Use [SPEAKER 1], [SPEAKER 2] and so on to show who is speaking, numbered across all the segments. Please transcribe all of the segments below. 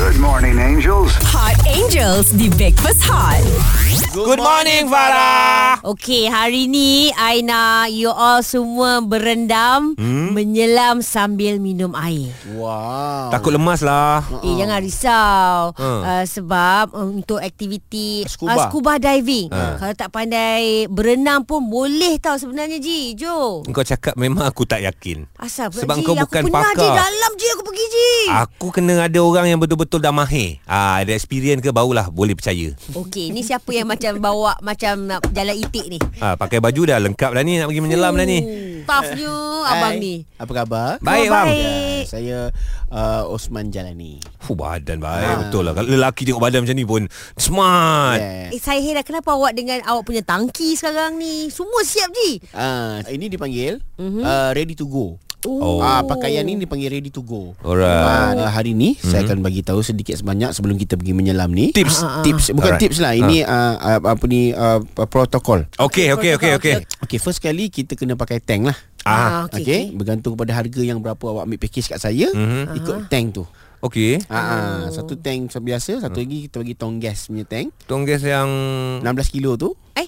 [SPEAKER 1] Good morning, angels.
[SPEAKER 2] Hot Angels di Breakfast Hot.
[SPEAKER 3] Good morning Farah
[SPEAKER 2] Okey, hari ni I nak you all semua berendam, hmm? menyelam sambil minum air.
[SPEAKER 3] oh. Takut lemas lah
[SPEAKER 2] Eh, jangan risau.
[SPEAKER 3] Ha.
[SPEAKER 2] Uh, sebab uh, untuk aktiviti
[SPEAKER 3] Scuba.
[SPEAKER 2] uh, scuba diving.
[SPEAKER 3] Ha.
[SPEAKER 2] Kalau tak pandai berenang pun boleh tau sebenarnya Ji. Jo.
[SPEAKER 3] Engkau cakap memang aku tak yakin
[SPEAKER 2] Asal pula
[SPEAKER 3] Sebab
[SPEAKER 2] Ji?
[SPEAKER 3] engkau
[SPEAKER 2] aku
[SPEAKER 3] bukan
[SPEAKER 2] pernah Ji
[SPEAKER 3] pakar.
[SPEAKER 2] dalam Ji aku pergi Ji.
[SPEAKER 3] Aku kena ada orang yang betul-betul dah mahir ah, Ada experience ke barulah boleh percaya
[SPEAKER 2] Okey, ni siapa yang macam bawa macam nak jalan itik ni?
[SPEAKER 3] ah, Pakai baju dah lengkap dah ni Nak pergi menyelam dah ni
[SPEAKER 2] Toughnya abang
[SPEAKER 4] Hai.
[SPEAKER 2] ni.
[SPEAKER 4] Apa khabar?
[SPEAKER 3] Hmm. Baik
[SPEAKER 2] Kau
[SPEAKER 3] bang
[SPEAKER 2] Baik.
[SPEAKER 4] Saya uh, Osman Jalani.
[SPEAKER 3] Fuh, Badan baik betul lah Kalau Lelaki tengok badan macam ni pun Smart yeah.
[SPEAKER 4] Yeah.
[SPEAKER 2] Eh, saya heran kenapa awak dengan awak punya tangki sekarang ni? Semua siap Ji.
[SPEAKER 4] Uh, ini dipanggil mm-hmm. uh, ready to go.
[SPEAKER 3] Oh.
[SPEAKER 4] Ah pakaian ini dipanggil ready to go.
[SPEAKER 3] Alright.
[SPEAKER 4] Ah, hari ni mm-hmm. saya akan bagi tahu sedikit sebanyak sebelum kita pergi menyelam ni.
[SPEAKER 3] Mhm. Tips.
[SPEAKER 4] Ah, ah, ah. tips bukan
[SPEAKER 3] Alright. Ah.
[SPEAKER 4] tips lah. Ini uh, uh, apa ni uh, protokol.
[SPEAKER 3] Okay, okay, okay, okay.
[SPEAKER 4] Okey first kali kita kena pakai tank lah.
[SPEAKER 3] Ah,
[SPEAKER 4] Okey okay. bergantung kepada harga yang berapa awak ambil package kat saya
[SPEAKER 3] Mhm.
[SPEAKER 4] mm-hmm. ikut tank tu.
[SPEAKER 3] okay.
[SPEAKER 4] Ah, ah, satu tank
[SPEAKER 3] Hmm.
[SPEAKER 4] biasa, satu lagi kita bagi tong gas punya tank.
[SPEAKER 3] Tongges yang
[SPEAKER 4] 16 kilo tu.
[SPEAKER 2] Eh,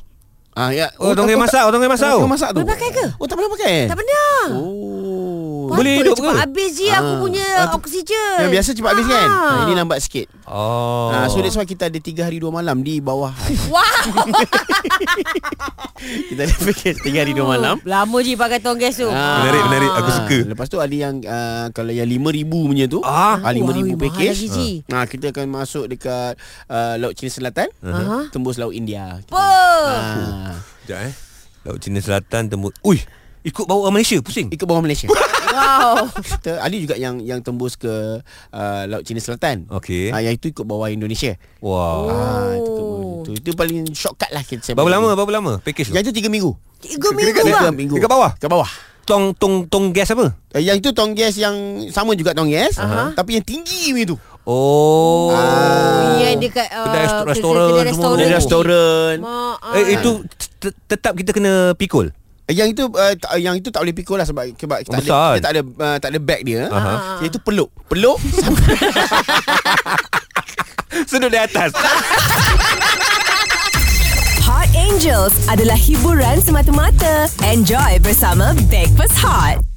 [SPEAKER 4] Ah ya.
[SPEAKER 3] Oh, tongges
[SPEAKER 4] tak-
[SPEAKER 3] masak, tongges masak.
[SPEAKER 4] Tong masak tu.
[SPEAKER 2] Boleh pakai ke?
[SPEAKER 4] Oh, tak pernah pakai.
[SPEAKER 2] tak pernah.
[SPEAKER 4] Oh.
[SPEAKER 3] Boleh
[SPEAKER 2] Patut
[SPEAKER 3] hidup
[SPEAKER 2] cepat
[SPEAKER 3] ke?
[SPEAKER 2] habis je aku
[SPEAKER 4] Ah.
[SPEAKER 2] punya
[SPEAKER 4] Ah, tu-
[SPEAKER 2] oksigen.
[SPEAKER 4] Yang biasa cepat habis kan?
[SPEAKER 2] Ah.
[SPEAKER 4] Ha, ini lambat sikit.
[SPEAKER 3] Oh.
[SPEAKER 4] Oh. Ha, so that's why kita ada 3 hari 2 malam di bawah.
[SPEAKER 2] Wow.
[SPEAKER 4] kita ada package 3 hari 2 malam.
[SPEAKER 2] Lama je pakai tong gas tu.
[SPEAKER 4] Ah.
[SPEAKER 3] Oh. Menarik, menarik. Aku
[SPEAKER 4] Ah,
[SPEAKER 3] suka.
[SPEAKER 4] Lepas tu ada yang uh, kalau yang 5000 punya tu,
[SPEAKER 3] Ah.
[SPEAKER 4] ah 5000
[SPEAKER 2] Wah,
[SPEAKER 4] package.
[SPEAKER 2] mahal lagi,
[SPEAKER 4] Ha. ha kita akan masuk dekat uh, Laut Cina Selatan, uh-huh. tembus Laut India. Kita.
[SPEAKER 2] Apa?
[SPEAKER 4] Ha,
[SPEAKER 3] Sekejap eh Laut Cina Selatan tembus Ui Ikut bawa orang Malaysia Pusing
[SPEAKER 4] ikut bawah Malaysia.
[SPEAKER 2] Wow.
[SPEAKER 4] kita ada juga yang yang tembus ke uh, Laut Cina Selatan.
[SPEAKER 3] Okey.
[SPEAKER 4] Ah yang itu ikut bawah Indonesia.
[SPEAKER 3] Wah
[SPEAKER 4] Ah itu ikut bawah itu. Itu paling shortcut lah kita. saya
[SPEAKER 3] Berapa
[SPEAKER 4] bagi.
[SPEAKER 3] lama Oh. Berapa lama Package tu
[SPEAKER 4] Yang itu 3 minggu.
[SPEAKER 2] Tiga minggu
[SPEAKER 4] Tiga
[SPEAKER 2] lah.
[SPEAKER 4] minggu.
[SPEAKER 3] Dekat bawah?
[SPEAKER 4] Dekat bawah.
[SPEAKER 3] Tong tong tong gas apa
[SPEAKER 4] Eh, yang itu tong gas yang sama juga tong gas uh-huh. tapi yang tinggi punya tu.
[SPEAKER 3] Oh
[SPEAKER 2] Oh, yang dekat uh,
[SPEAKER 3] Kedai rest-
[SPEAKER 2] kedai-
[SPEAKER 3] restoran
[SPEAKER 2] kedai
[SPEAKER 3] semua.
[SPEAKER 2] restoran.
[SPEAKER 4] Oh.
[SPEAKER 3] Kedai
[SPEAKER 4] restoran.
[SPEAKER 2] Mak,
[SPEAKER 3] Eh
[SPEAKER 2] ah.
[SPEAKER 3] itu te- tetap kita kena pikul
[SPEAKER 4] Eh, Yang itu uh, ta- yang itu tak boleh pikul lah sebab sebab
[SPEAKER 3] Besar
[SPEAKER 4] kita
[SPEAKER 3] kan?
[SPEAKER 4] ada kita tak ada uh, tak ada bag dia.
[SPEAKER 3] Aha.
[SPEAKER 4] Yang itu peluk. Peluk sampai
[SPEAKER 3] Sedut di atas
[SPEAKER 5] Hot Angels adalah hiburan semata-mata. Enjoy bersama Breakfast Hot.